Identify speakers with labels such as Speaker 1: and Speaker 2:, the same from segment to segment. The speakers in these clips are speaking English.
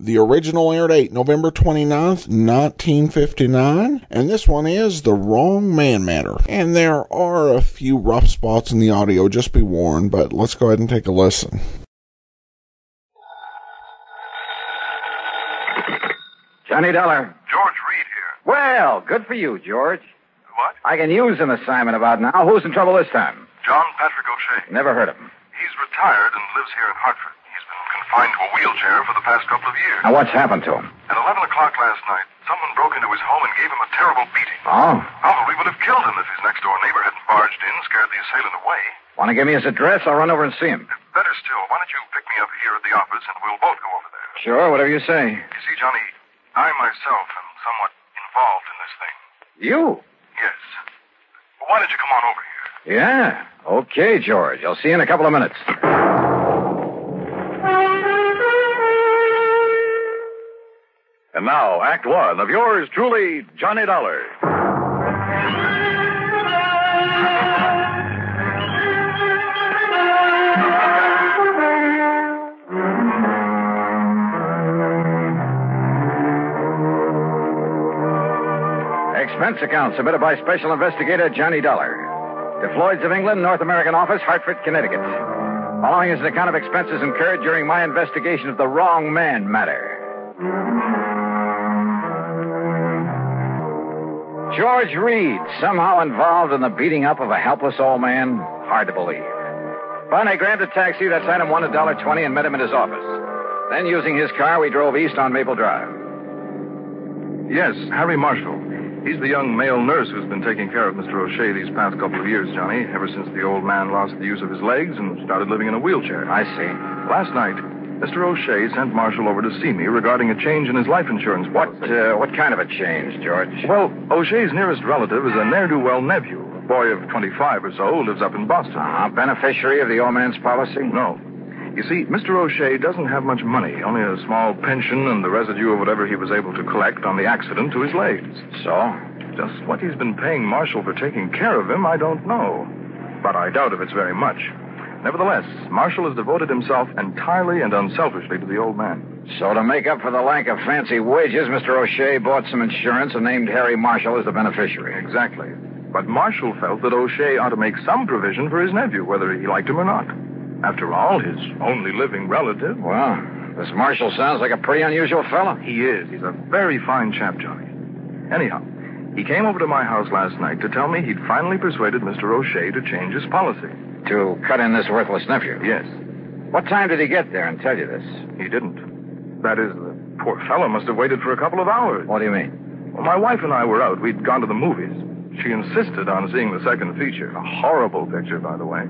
Speaker 1: The original air date, November 29th, 1959, and this one is The Wrong Man Matter. And there are a few rough spots in the audio, just be warned, but let's go ahead and take a listen.
Speaker 2: Johnny Dollar.
Speaker 3: George Reed here.
Speaker 2: Well, good for you, George.
Speaker 3: What?
Speaker 2: I can use an assignment about now. Who's in trouble this time?
Speaker 3: John Patrick O'Shea.
Speaker 2: Never heard of him.
Speaker 3: He's retired and lives here in Hartford. He's been confined to a wheelchair for the past couple of years.
Speaker 2: Now, what's happened to him?
Speaker 3: At 11 o'clock last night, someone broke into his home and gave him a terrible beating.
Speaker 2: Oh?
Speaker 3: Probably would have killed him if his next door neighbor hadn't barged in, scared the assailant away.
Speaker 2: Want to give me his address? I'll run over and see him.
Speaker 3: Better still, why don't you pick me up here at the office and we'll both go over there?
Speaker 2: Sure, whatever you say.
Speaker 3: You see, Johnny, I myself am somewhat involved in this thing.
Speaker 2: You?
Speaker 3: Yes. Why don't you come on over here?
Speaker 2: Yeah. Okay, George. I'll see you in a couple of minutes.
Speaker 4: And now, Act One of yours truly, Johnny Dollar.
Speaker 2: Expense account submitted by Special Investigator Johnny Dollar. To Floyd's of England, North American Office, Hartford, Connecticut. Following is an account of expenses incurred during my investigation of the wrong man matter. George Reed, somehow involved in the beating up of a helpless old man? Hard to believe. Finally, I grabbed a taxi that sent him one dollar twenty and met him at his office. Then, using his car, we drove east on Maple Drive.
Speaker 3: Yes, Harry Marshall. He's the young male nurse who's been taking care of Mr. O'Shea these past couple of years, Johnny, ever since the old man lost the use of his legs and started living in a wheelchair.
Speaker 2: I see.
Speaker 3: Last night, Mr. O'Shea sent Marshall over to see me regarding a change in his life insurance
Speaker 2: What
Speaker 3: policy.
Speaker 2: uh, what kind of a change, George?
Speaker 3: Well, O'Shea's nearest relative is a ne'er-do-well nephew, a boy of 25 or so, lives up in Boston.
Speaker 2: Uh, beneficiary of the old man's policy?
Speaker 3: No. You see, Mr. O'Shea doesn't have much money, only a small pension and the residue of whatever he was able to collect on the accident to his legs.
Speaker 2: So?
Speaker 3: Just what he's been paying Marshall for taking care of him, I don't know. But I doubt if it's very much. Nevertheless, Marshall has devoted himself entirely and unselfishly to the old man.
Speaker 2: So to make up for the lack of fancy wages, Mr. O'Shea bought some insurance and named Harry Marshall as the beneficiary.
Speaker 3: Exactly. But Marshall felt that O'Shea ought to make some provision for his nephew, whether he liked him or not. After all, his only living relative.
Speaker 2: Well, this Marshall sounds like a pretty unusual fella.
Speaker 3: He is. He's a very fine chap, Johnny. Anyhow, he came over to my house last night to tell me he'd finally persuaded Mr. O'Shea to change his policy.
Speaker 2: To cut in this worthless nephew.
Speaker 3: Yes.
Speaker 2: What time did he get there and tell you this?
Speaker 3: He didn't. That is, the poor fellow must have waited for a couple of hours.
Speaker 2: What do you mean?
Speaker 3: Well, my wife and I were out. We'd gone to the movies. She insisted on seeing the second feature. A horrible picture, by the way.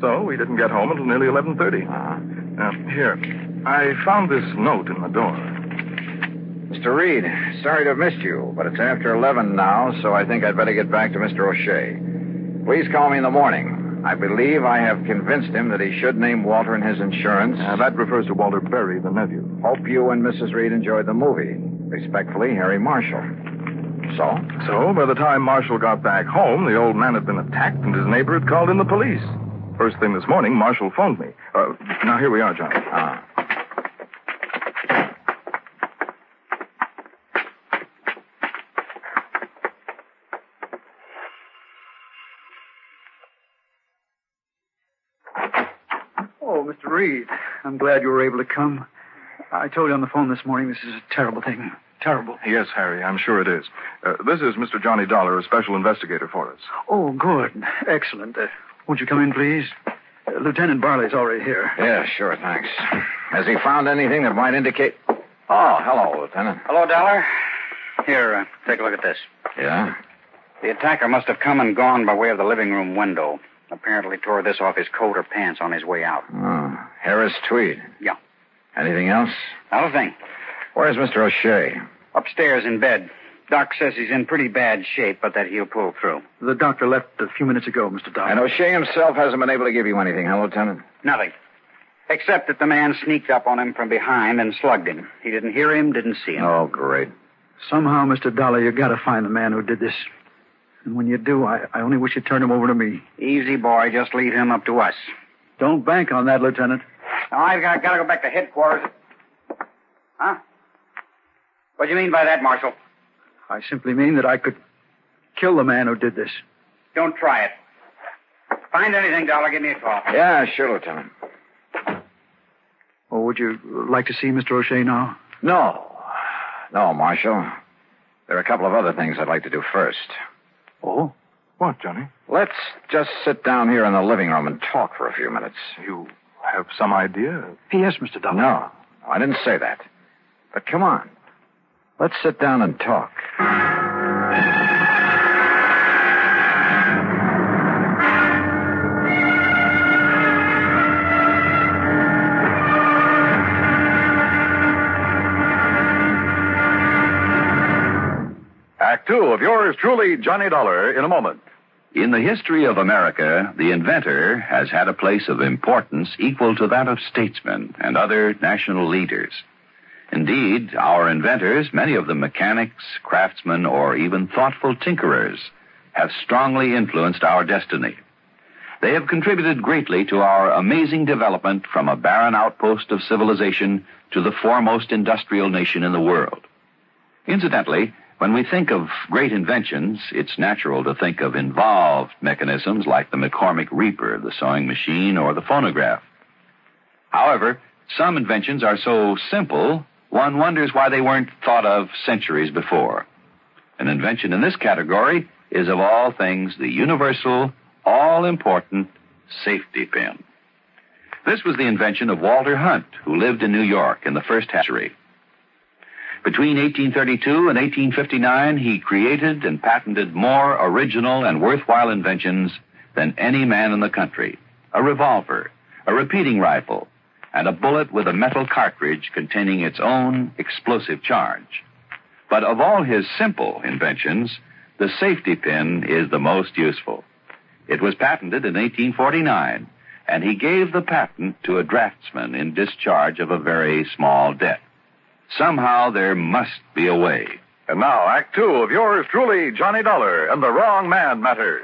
Speaker 3: So we didn't get home until nearly 11.30.
Speaker 2: Uh-huh.
Speaker 3: Now, here. I found this note in the door.
Speaker 2: Mr. Reed, sorry to have missed you, but it's after 11 now, so I think I'd better get back to Mr. O'Shea. Please call me in the morning. I believe I have convinced him that he should name Walter in his insurance.
Speaker 5: Uh,
Speaker 3: Now, that refers to Walter Berry, the nephew.
Speaker 2: Hope you and Mrs. Reed enjoyed the movie. Respectfully, Harry Marshall. So?
Speaker 3: So, by the time Marshall got back home, the old man had been attacked and his neighbor had called in the police. First thing this morning, Marshall phoned me. Uh, now, here we are, Johnny.
Speaker 2: Ah.
Speaker 5: Oh, Mr. Reed, I'm glad you were able to come. I told you on the phone this morning this is a terrible thing. Terrible.
Speaker 3: Yes, Harry, I'm sure it is. Uh, this is Mr. Johnny Dollar, a special investigator for us.
Speaker 5: Oh, good. Excellent. Uh, won't you come in, please? Uh, Lieutenant Barley's already here.
Speaker 2: Yeah, sure, thanks. Has he found anything that might indicate. Oh, hello, Lieutenant.
Speaker 6: Hello, Dollar. Here, uh, take a look at this.
Speaker 2: Yeah?
Speaker 6: The attacker must have come and gone by way of the living room window. Apparently tore this off his coat or pants on his way out.
Speaker 7: Hmm.
Speaker 2: Oh, Harris Tweed.
Speaker 6: Yeah.
Speaker 2: Anything else?
Speaker 6: Not a thing.
Speaker 2: Where's Mr. O'Shea?
Speaker 6: Upstairs in bed.
Speaker 8: Doc says he's in pretty bad shape, but that he'll pull through.
Speaker 5: The doctor left a few minutes ago, Mr. Doc.
Speaker 7: And O'Shea himself hasn't been able to give you anything, huh, Lieutenant?
Speaker 8: Nothing. Except that the man sneaked up on him from behind and slugged him. He didn't hear him, didn't see him.
Speaker 7: Oh, great.
Speaker 5: Somehow, Mr. Dollar, you gotta find the man who did this. And when you do, I, I only wish you'd turn him over to me.
Speaker 8: Easy, boy. Just leave him up to us.
Speaker 5: Don't bank on that, Lieutenant.
Speaker 8: Now, I've got, got to go back to headquarters. Huh? What do you mean by that, Marshal?
Speaker 5: I simply mean that I could kill the man who did this.
Speaker 8: Don't try it. Find anything, Dollar. Give me a call.
Speaker 7: Yeah, sure, Lieutenant.
Speaker 5: Or Oh, would you like to see Mr. O'Shea now?
Speaker 7: No. No, Marshal. There are a couple of other things I'd like to do first.
Speaker 5: Oh?
Speaker 3: What, Johnny?
Speaker 7: Let's just sit down here in the living room and talk for a few minutes.
Speaker 3: You have some idea?
Speaker 5: P.S., Mr. Dollar.
Speaker 7: No, I didn't say that. But come on. Let's sit down and talk.
Speaker 9: Act two of yours truly, Johnny Dollar, in a moment.
Speaker 2: In the history of America, the inventor has had a place of importance equal to that of statesmen and other national leaders. Indeed, our inventors, many of them mechanics, craftsmen, or even thoughtful tinkerers, have strongly influenced our destiny. They have contributed greatly to our amazing development from a barren outpost of civilization to the foremost industrial nation in the world. Incidentally, when we think of great inventions, it's natural to think of involved mechanisms like the McCormick Reaper, the sewing machine, or the phonograph. However, some inventions are so simple, one wonders why they weren't thought of centuries before. An invention in this category is, of all things, the universal, all important safety pin. This was the invention of Walter Hunt, who lived in New York in the first century. Between 1832 and 1859, he created and patented more original and worthwhile inventions than any man in the country. A revolver, a repeating rifle, and a bullet with a metal cartridge containing its own explosive charge. But of all his simple inventions, the safety pin is the most useful. It was patented in 1849, and he gave the patent to a draftsman in discharge of a very small debt. Somehow there must be a way.
Speaker 9: And now, Act two of yours truly, Johnny Dollar, and the Wrong Man Matter.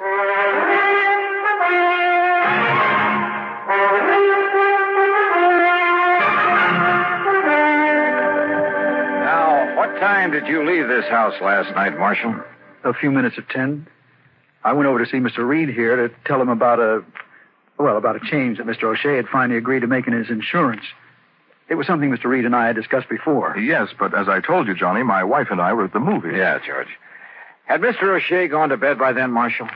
Speaker 7: Now, what time did you leave this house last night, Marshal?
Speaker 5: A few minutes of ten. I went over to see Mr. Reed here to tell him about a, well, about a change that Mr. O'Shea had finally agreed to make in his insurance. It was something Mr. Reed and I had discussed before.
Speaker 3: Yes, but as I told you, Johnny, my wife and I were at the movies.
Speaker 7: Yeah, George. Had Mr. O'Shea gone to bed by then, Marshal?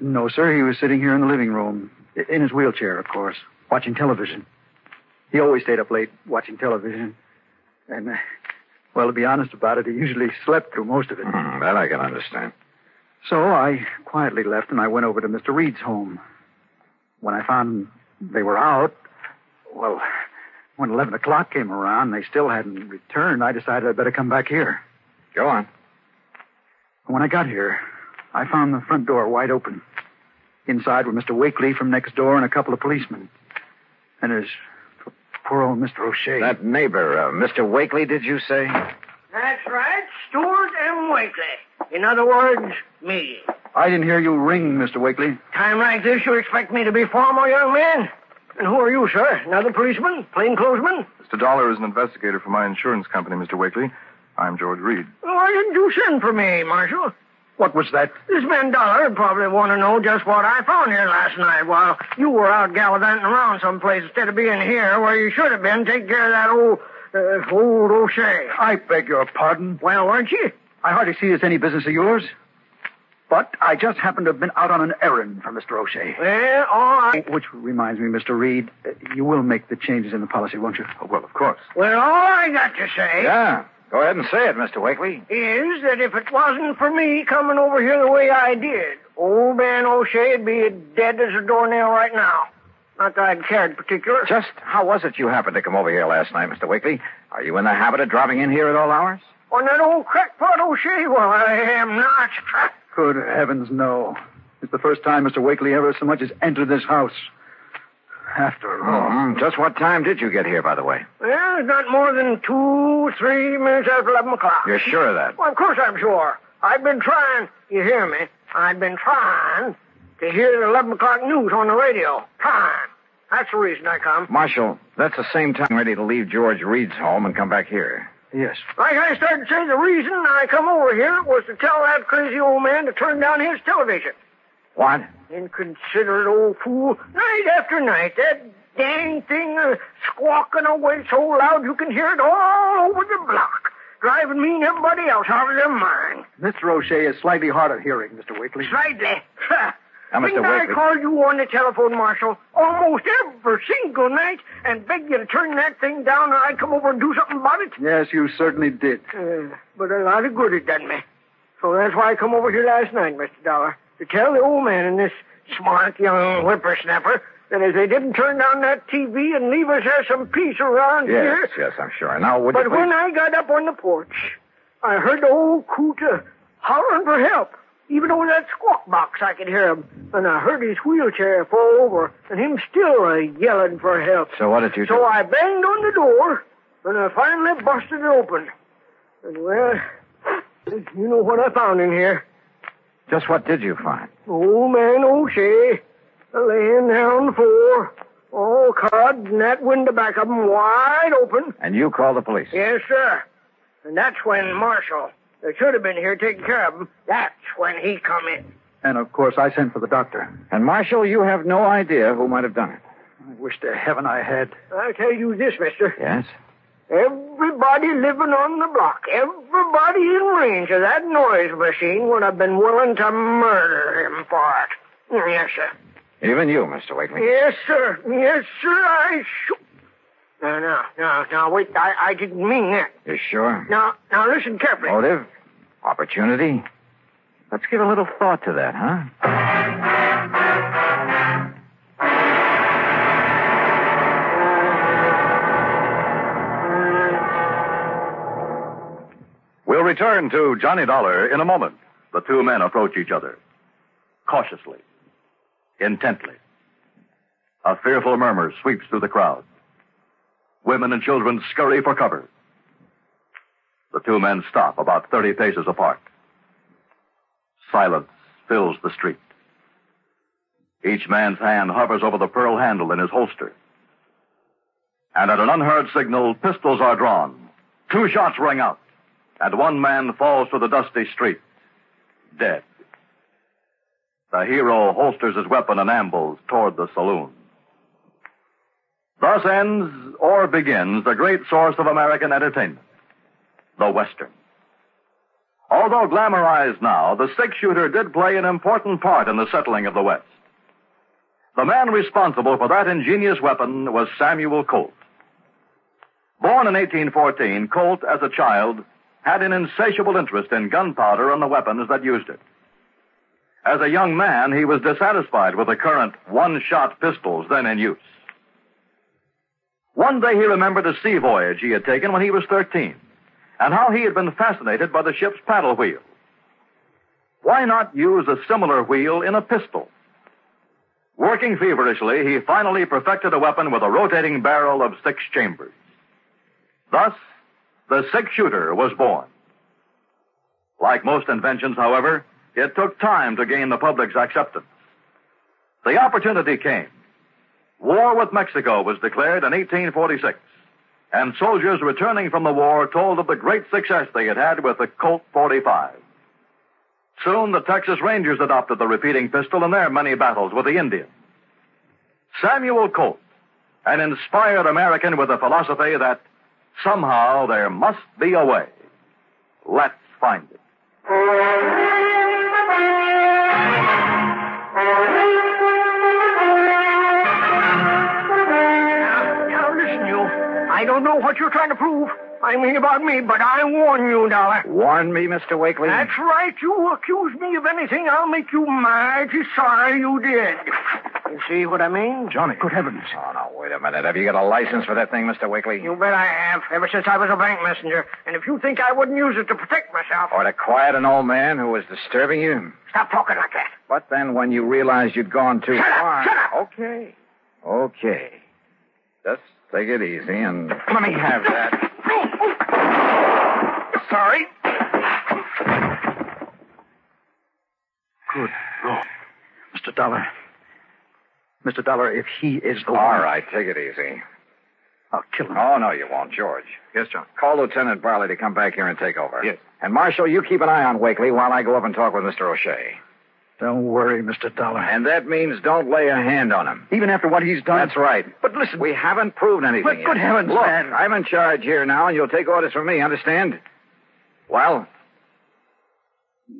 Speaker 5: No, sir. He was sitting here in the living room, i- in his wheelchair, of course, watching television. He always stayed up late watching television. And, uh, well, to be honest about it, he usually slept through most of it.
Speaker 7: Hmm, that I can understand.
Speaker 5: So I quietly left and I went over to Mr. Reed's home. When I found they were out, well, when 11 o'clock came around and they still hadn't returned, I decided I'd better come back here.
Speaker 7: Go on.
Speaker 5: When I got here, I found the front door wide open. Inside were Mr. Wakely from next door and a couple of policemen. And his p- poor old Mr. O'Shea.
Speaker 7: That neighbor, uh, Mr. Wakely, did you say?
Speaker 2: Uh,
Speaker 10: That's right, Stuart M. Wakely. In other words, me.
Speaker 5: I didn't hear you ring, Mr. Wakely.
Speaker 10: Time like this, you expect me to be formal, young man? And who are you, sir? Another policeman? Plainclothesman?
Speaker 3: Mr. Dollar is an investigator for my insurance company, Mr. Wakely. I'm George Reed.
Speaker 10: Why didn't you send for me, Marshal?
Speaker 5: What was that?
Speaker 10: This man Dollar would probably want to know just what I found here last night while you were out gallivanting around someplace instead of being here where you should have been taking care of that old, uh, old O'Shea.
Speaker 5: I beg your pardon.
Speaker 10: Well, weren't you?
Speaker 5: I hardly see it's any business of yours. But I just happened to have been out on an errand for Mr. O'Shea.
Speaker 10: Well, all right.
Speaker 5: Which reminds me, Mr. Reed, uh, you will make the changes in the policy, won't you?
Speaker 3: Oh, well, of course.
Speaker 10: Well, all I got to say.
Speaker 7: Yeah. Go ahead and say it, Mr. Wakely.
Speaker 10: is that if it wasn't for me coming over here the way I did, old man O'Shea'd be dead as a doornail right now. Not that I'd cared particular.
Speaker 7: Just how was it you happened to come over here last night, Mr. Wakely? Are you in the habit of dropping in here at all hours?
Speaker 10: on that old crackpot O'Shea? Well, I am not.
Speaker 5: Good heavens, no. It's the first time Mr. Wakely ever so much as entered this house. After all.
Speaker 2: Mhm. Just what time did you get here, by the way?
Speaker 10: Well, it's not more than two, three minutes after 11 o'clock.
Speaker 2: You're sure of that?
Speaker 10: Well, of course I'm sure. I've been trying, you hear me? I've been trying to hear the 11 o'clock news on the radio. Trying. That's the reason I come.
Speaker 2: Marshal, that's the same time I'm ready to leave George Reed's home and come back here.
Speaker 3: Mm-hmm.
Speaker 5: Yes.
Speaker 10: Like I started to say, the reason I come over here was to tell that crazy old man to turn down his television.
Speaker 2: What?
Speaker 10: Inconsiderate old fool. Night after night, that dang thing uh, squawking away so loud you can hear it all over the block. Driving me and everybody else out of their mind.
Speaker 5: Mr. O'Shea is slightly hard of hearing, Mr. Wakely.
Speaker 10: Slightly. Ha.
Speaker 2: Now, Mr.
Speaker 10: Didn't
Speaker 2: Wakely-
Speaker 10: I call you on the telephone, Marshal, almost every single night and beg you to turn that thing down or I'd come over and do something about it?
Speaker 5: Yes, you certainly did.
Speaker 10: Uh, but a lot of good it done me. So that's why I come over here last night, Mr. Dollar, to tell the old man and this smart young whippersnapper that if they didn't turn down that TV and leave us there some peace around here.
Speaker 2: Yes, yes, I'm sure. Now, would you
Speaker 10: But
Speaker 2: please...
Speaker 10: when I got up on the porch, I heard the old coot hollering for help. Even over that squawk box, I could hear him. And I heard his wheelchair fall over, and him still uh, yelling for help.
Speaker 2: So what did you do?
Speaker 10: So I banged on the door, and I finally busted it open. And well, you know what I found in here?
Speaker 2: Just what did you find?
Speaker 10: Old man O'Shea laying there on the floor, all carved, and that window back of him wide open.
Speaker 2: And you called the police.
Speaker 10: Yes, sir. And that's when Marshall, that should have been here taking care of him, that's when he come in.
Speaker 5: And of course, I sent for the doctor.
Speaker 2: And, Marshal, you have no idea who might have done it.
Speaker 5: I wish to heaven I had.
Speaker 10: I tell you this, mister.
Speaker 2: Yes?
Speaker 10: Everybody living on the block, everybody in range of that noise machine would have been willing to murder him for it. Yes, sir.
Speaker 2: Even you, Mr. Wakely.
Speaker 10: Yes, sir. Yes, sir. I shoot. No, no, no, no. Wait, I, I didn't mean that.
Speaker 2: You sure?
Speaker 10: Now, now, listen carefully.
Speaker 2: Motive? Opportunity? Let's give a little thought to that, huh?
Speaker 3: We'll return to Johnny Dollar in a moment. The two men approach each other. Cautiously. Intently. A fearful murmur sweeps through the crowd. Women and children scurry for cover. The two men stop about 30 paces apart. Silence fills the street. Each man's hand hovers over the pearl handle in his holster. And at an unheard signal, pistols are drawn. Two shots ring out and one man falls to the dusty street, dead. The hero holsters his weapon and ambles toward the saloon. Thus ends or begins the great source of American entertainment, the Western. Although glamorized now, the six shooter did play an important part in the settling of the West. The man responsible for that ingenious weapon was Samuel Colt. Born in 1814, Colt, as a child, had an insatiable interest in gunpowder and the weapons that used it. As a young man, he was dissatisfied with the current one-shot pistols then in use. One day he remembered a sea voyage he had taken when he was 13 and how he had been fascinated by the ship's paddle wheel. Why not use a similar wheel in a pistol? Working feverishly, he finally perfected a weapon with a rotating barrel of six chambers. Thus, the six shooter was born. Like most inventions, however, it took time to gain the public's acceptance. The opportunity came. War with Mexico was declared in 1846, and soldiers returning from the war told of the great success they had had with the Colt 45. Soon the Texas Rangers adopted the repeating pistol in their many battles with the Indians. Samuel Colt, an inspired American with the philosophy that Somehow there must be a way. Let's find it.
Speaker 10: Now, now, listen, you. I don't know what you're trying to prove. I mean about me, but I warn you, Dollar.
Speaker 2: Warn me, Mr. Wakely.
Speaker 10: That's right. You accuse me of anything, I'll make you mighty sorry you did. You see what I mean?
Speaker 3: Johnny.
Speaker 5: Good heavens.
Speaker 2: Oh, no, wait a minute. Have you got a license for that thing, Mr. Wakely?
Speaker 10: You bet I have, ever since I was a bank messenger. And if you think I wouldn't use it to protect myself,
Speaker 2: Or to quiet an old man who was disturbing you?
Speaker 10: stop talking like that.
Speaker 2: But then when you realized you'd gone too
Speaker 10: Shut up,
Speaker 2: far.
Speaker 10: shut up.
Speaker 2: Okay. Okay. Just take it easy and let me have that.
Speaker 10: Sorry.
Speaker 5: Good Lord. Mr. Dollar. Mr. Dollar, if he is the one,
Speaker 2: All right, take it easy.
Speaker 5: I'll kill him.
Speaker 2: Oh, no, you won't, George.
Speaker 3: Yes, John.
Speaker 2: Call Lieutenant Barley to come back here and take over.
Speaker 3: Yes.
Speaker 2: And Marshal, you keep an eye on Wakely while I go up and talk with Mr. O'Shea.
Speaker 5: Don't worry, Mr. Dollar.
Speaker 2: And that means don't lay a hand on him.
Speaker 5: Even after what he's done.
Speaker 2: That's right. But listen, we haven't proved anything.
Speaker 5: But good
Speaker 2: yet.
Speaker 5: heavens,
Speaker 2: Look,
Speaker 5: man.
Speaker 2: I'm in charge here now, and you'll take orders from me. Understand? Well,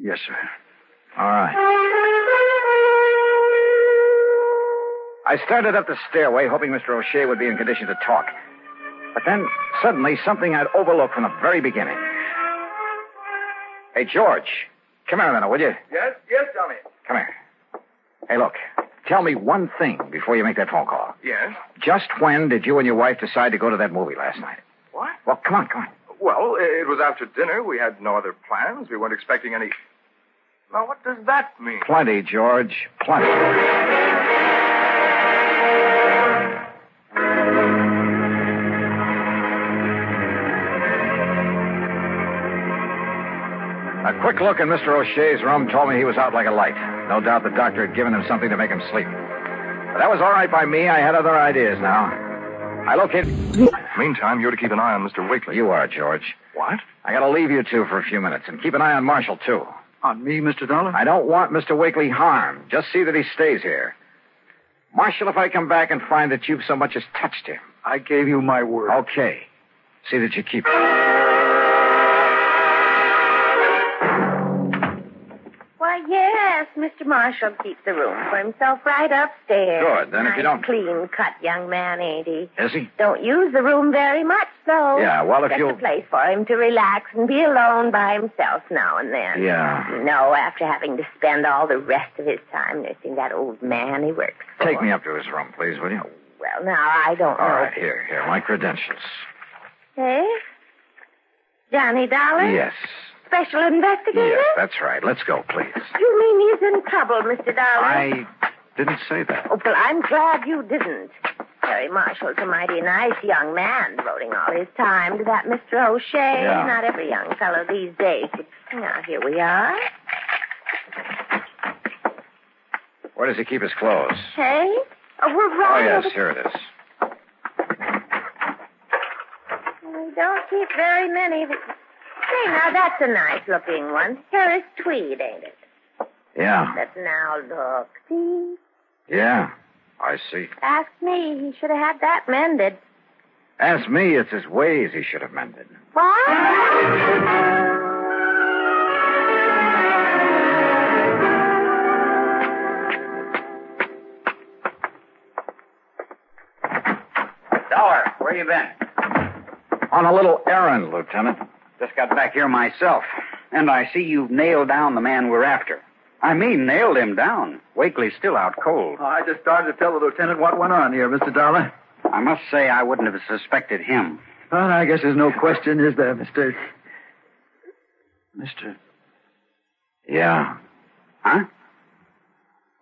Speaker 5: Yes, sir.
Speaker 2: all right. I started up the stairway, hoping Mr. O'Shea would be in condition to talk. But then suddenly something I'd overlooked from the very beginning. Hey, George, come here a minute, will you?
Speaker 3: Yes, yes, Johnny.
Speaker 2: Come here. Hey, look. Tell me one thing before you make that phone call.
Speaker 3: Yes.
Speaker 2: Just when did you and your wife decide to go to that movie last night?
Speaker 3: What?
Speaker 2: Well, come on, come on.
Speaker 3: Well, it was after dinner. We had no other plans. We weren't expecting any. Now, what does that mean?
Speaker 2: Plenty, George. Plenty. A quick look in Mr. O'Shea's room told me he was out like a light. No doubt the doctor had given him something to make him sleep. But that was all right by me. I had other ideas now. I located.
Speaker 3: Meantime, you're to keep an eye on Mr. Wakely.
Speaker 2: You are, George.
Speaker 3: What?
Speaker 2: I gotta leave you two for a few minutes and keep an eye on Marshall, too.
Speaker 5: On me, Mr. Dollar?
Speaker 2: I don't want Mr. Wakely harmed. Just see that he stays here. Marshal, if I come back and find that you've so much as touched him.
Speaker 5: I gave you my word.
Speaker 2: Okay. See that you keep it.
Speaker 11: Why, yes, Mr. Marshall keeps the room for himself right upstairs.
Speaker 2: Good. Then if you
Speaker 11: Nice,
Speaker 2: don't-
Speaker 11: Clean cut young man, ain't he?
Speaker 2: Is he?
Speaker 11: Don't use the room very much, though.
Speaker 2: Yeah, well, if
Speaker 11: Just
Speaker 2: you'll-
Speaker 11: a place for him to relax and be alone by himself now and then.
Speaker 2: Yeah.
Speaker 11: No, after having to spend all the rest of his time nursing that old man he works for.
Speaker 2: Take me up to his room, please, will you?
Speaker 11: Well, now, I don't
Speaker 2: All
Speaker 11: know.
Speaker 2: right, here, here, my credentials.
Speaker 11: Hey? Johnny Dollar?
Speaker 2: Yes.
Speaker 11: Special investigator?
Speaker 2: Yes, that's right. Let's go, please.
Speaker 11: You mean he's in trouble, Mr. Dollar?
Speaker 2: I didn't say that.
Speaker 11: Oh, well, I'm glad you didn't. Harry Marshall's a mighty nice young man, devoting all his time to that Mr. O'Shea.
Speaker 2: Yeah.
Speaker 11: Not every young fellow these days. Now, here we are.
Speaker 2: Where does he keep his clothes?
Speaker 11: Hey? Oh, we're
Speaker 2: Oh,
Speaker 11: right
Speaker 2: yes,
Speaker 11: over...
Speaker 2: here it is.
Speaker 11: We don't keep very many. But... Say, now, that's a nice-looking one. Here is tweed, ain't it?
Speaker 2: Yeah,
Speaker 11: But now, look. See?
Speaker 2: yeah. I see.
Speaker 11: Ask me. He should have had that mended.
Speaker 2: Ask me, it's his ways he should have mended.
Speaker 11: What?
Speaker 6: Dollar, where you been?
Speaker 2: On a little errand, Lieutenant.
Speaker 6: Just got back here myself. And I see you've nailed down the man we're after. I mean, nailed him down. Wakely's still out cold.
Speaker 5: I just started to tell the lieutenant what went on here, Mr. Dollar.
Speaker 6: I must say I wouldn't have suspected him.
Speaker 5: Well, I guess there's no question, is there, Mr. Mr.
Speaker 2: Yeah.
Speaker 6: Huh?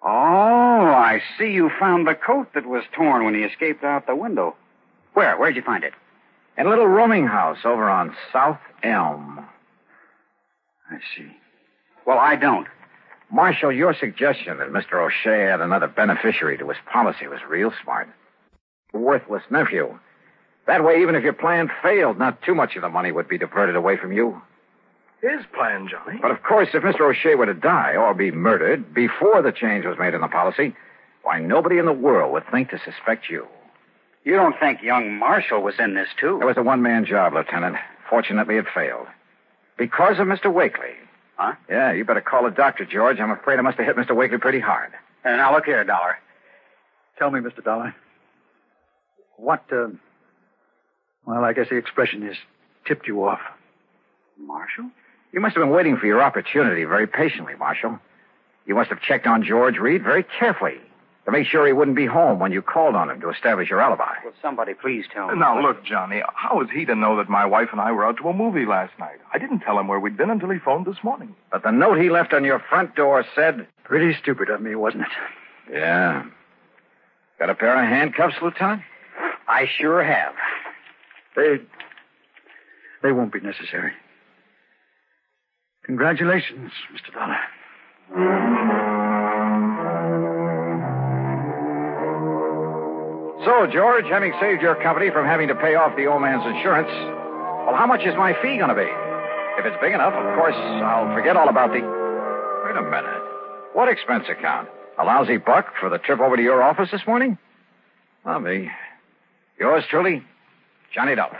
Speaker 6: Oh, I see you found the coat that was torn when he escaped out the window. Where? Where'd you find it?
Speaker 2: In a little rooming house over on South Elm.
Speaker 6: I see. Well, I don't.
Speaker 2: Marshal, your suggestion that Mr. O'Shea had another beneficiary to his policy was real smart. Worthless nephew. That way, even if your plan failed, not too much of the money would be diverted away from you.
Speaker 3: His plan, Johnny.
Speaker 2: But of course, if Mr. O'Shea were to die or be murdered before the change was made in the policy, why, nobody in the world would think to suspect you.
Speaker 6: You don't think young Marshall was in this, too?
Speaker 2: It was a one man job, Lieutenant. Fortunately, it failed. Because of Mr. Wakely.
Speaker 6: Huh?
Speaker 2: Yeah, you better call a doctor, George. I'm afraid I must have hit Mr. Wakely pretty hard.
Speaker 6: Uh, now, look here, Dollar.
Speaker 5: Tell me, Mr. Dollar. What, uh, well, I guess the expression is tipped you off.
Speaker 6: Marshall?
Speaker 2: You must have been waiting for your opportunity very patiently, Marshal. You must have checked on George Reed very carefully. The to make sure he wouldn't be home when you called on him to establish your alibi.
Speaker 6: Will somebody please tell me?
Speaker 3: Now, look, Johnny, how is he to know that my wife and I were out to a movie last night? I didn't tell him where we'd been until he phoned this morning.
Speaker 2: But the note he left on your front door said,
Speaker 5: Pretty stupid of me, wasn't it?
Speaker 2: Yeah. Got a pair of handcuffs, Lieutenant?
Speaker 6: I sure have.
Speaker 5: They. They won't be necessary. Congratulations, Mr. Dollar.
Speaker 2: So, George, having saved your company from having to pay off the old man's insurance, well, how much is my fee going to be? If it's big enough, of course, I'll forget all about the. Wait a minute. What expense account? A lousy buck for the trip over to your office this morning? I'll be. Yours truly, Johnny Dollar.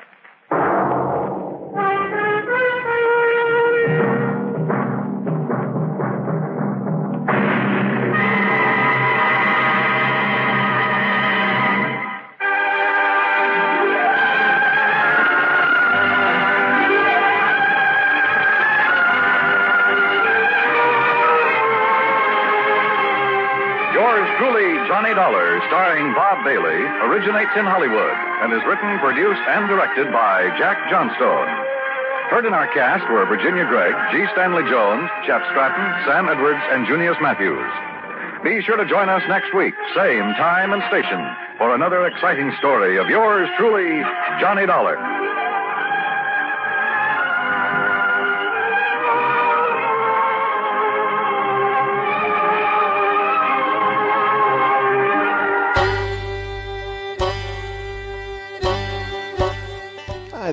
Speaker 3: Yours truly, Johnny Dollar, starring Bob Bailey, originates in Hollywood and is written, produced, and directed by Jack Johnstone. Heard in our cast were Virginia Gregg, G. Stanley Jones, Jeff Stratton, Sam Edwards, and Junius Matthews. Be sure to join us next week, same time and station, for another exciting story of yours truly, Johnny Dollar.
Speaker 12: Hi,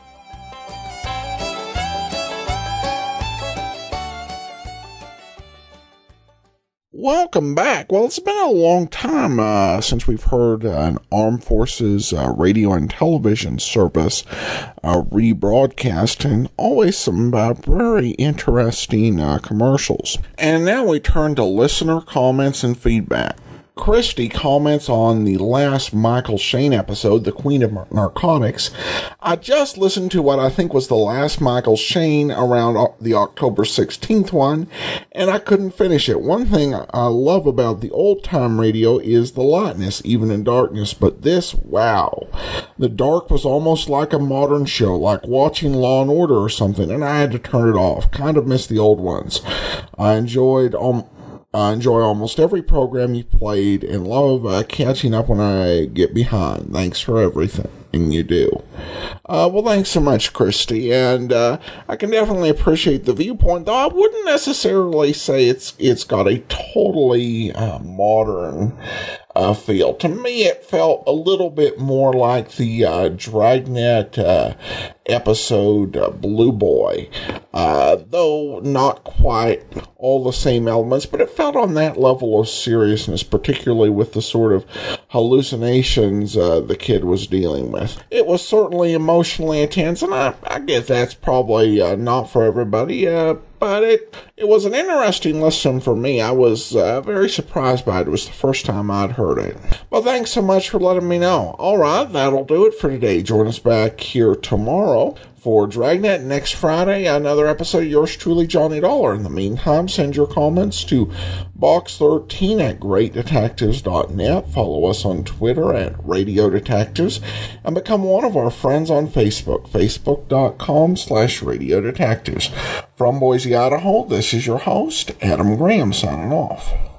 Speaker 1: Welcome back. Well, it's been a long time uh, since we've heard uh, an Armed Forces uh, radio and television service uh, rebroadcast, and always some uh, very interesting uh, commercials. And now we turn to listener comments and feedback. Christie comments on the last Michael Shane episode, The Queen of Narcotics. I just listened to what I think was the last Michael Shane around o- the October 16th one, and I couldn't finish it. One thing I- I love about the old time radio is the lightness, even in darkness, but this, wow. The dark was almost like a modern show, like watching Law and Order or something, and I had to turn it off. Kind of missed the old ones. I enjoyed um, almost. I enjoy almost every program you played and love uh, catching up when I get behind. Thanks for everything you do. Uh, well, thanks so much, Christy, and uh, I can definitely appreciate the viewpoint. Though I wouldn't necessarily say it's it's got a totally uh, modern uh, feel. To me, it felt a little bit more like the uh, Dragnet uh, episode uh, Blue Boy, uh, though not quite all the same elements, but it felt on that level of seriousness, particularly with the sort of hallucinations uh, the kid was dealing with. It was certainly emotionally intense, and I, I guess that's probably uh, not for everybody. Uh, but it it was an interesting listen for me. I was uh, very surprised by it. It was the first time I'd heard it. Well, thanks so much for letting me know. All right, that'll do it for today. Join us back here tomorrow for Dragnet next Friday. Another episode of yours truly, Johnny Dollar. In the meantime, send your comments to box13 at greatdetectives.net. Follow us on Twitter at Radio Detectives and become one of our friends on Facebook, facebook.com slash Radio Detectives. From Boise, Idaho, this is your host, Adam Graham, signing off.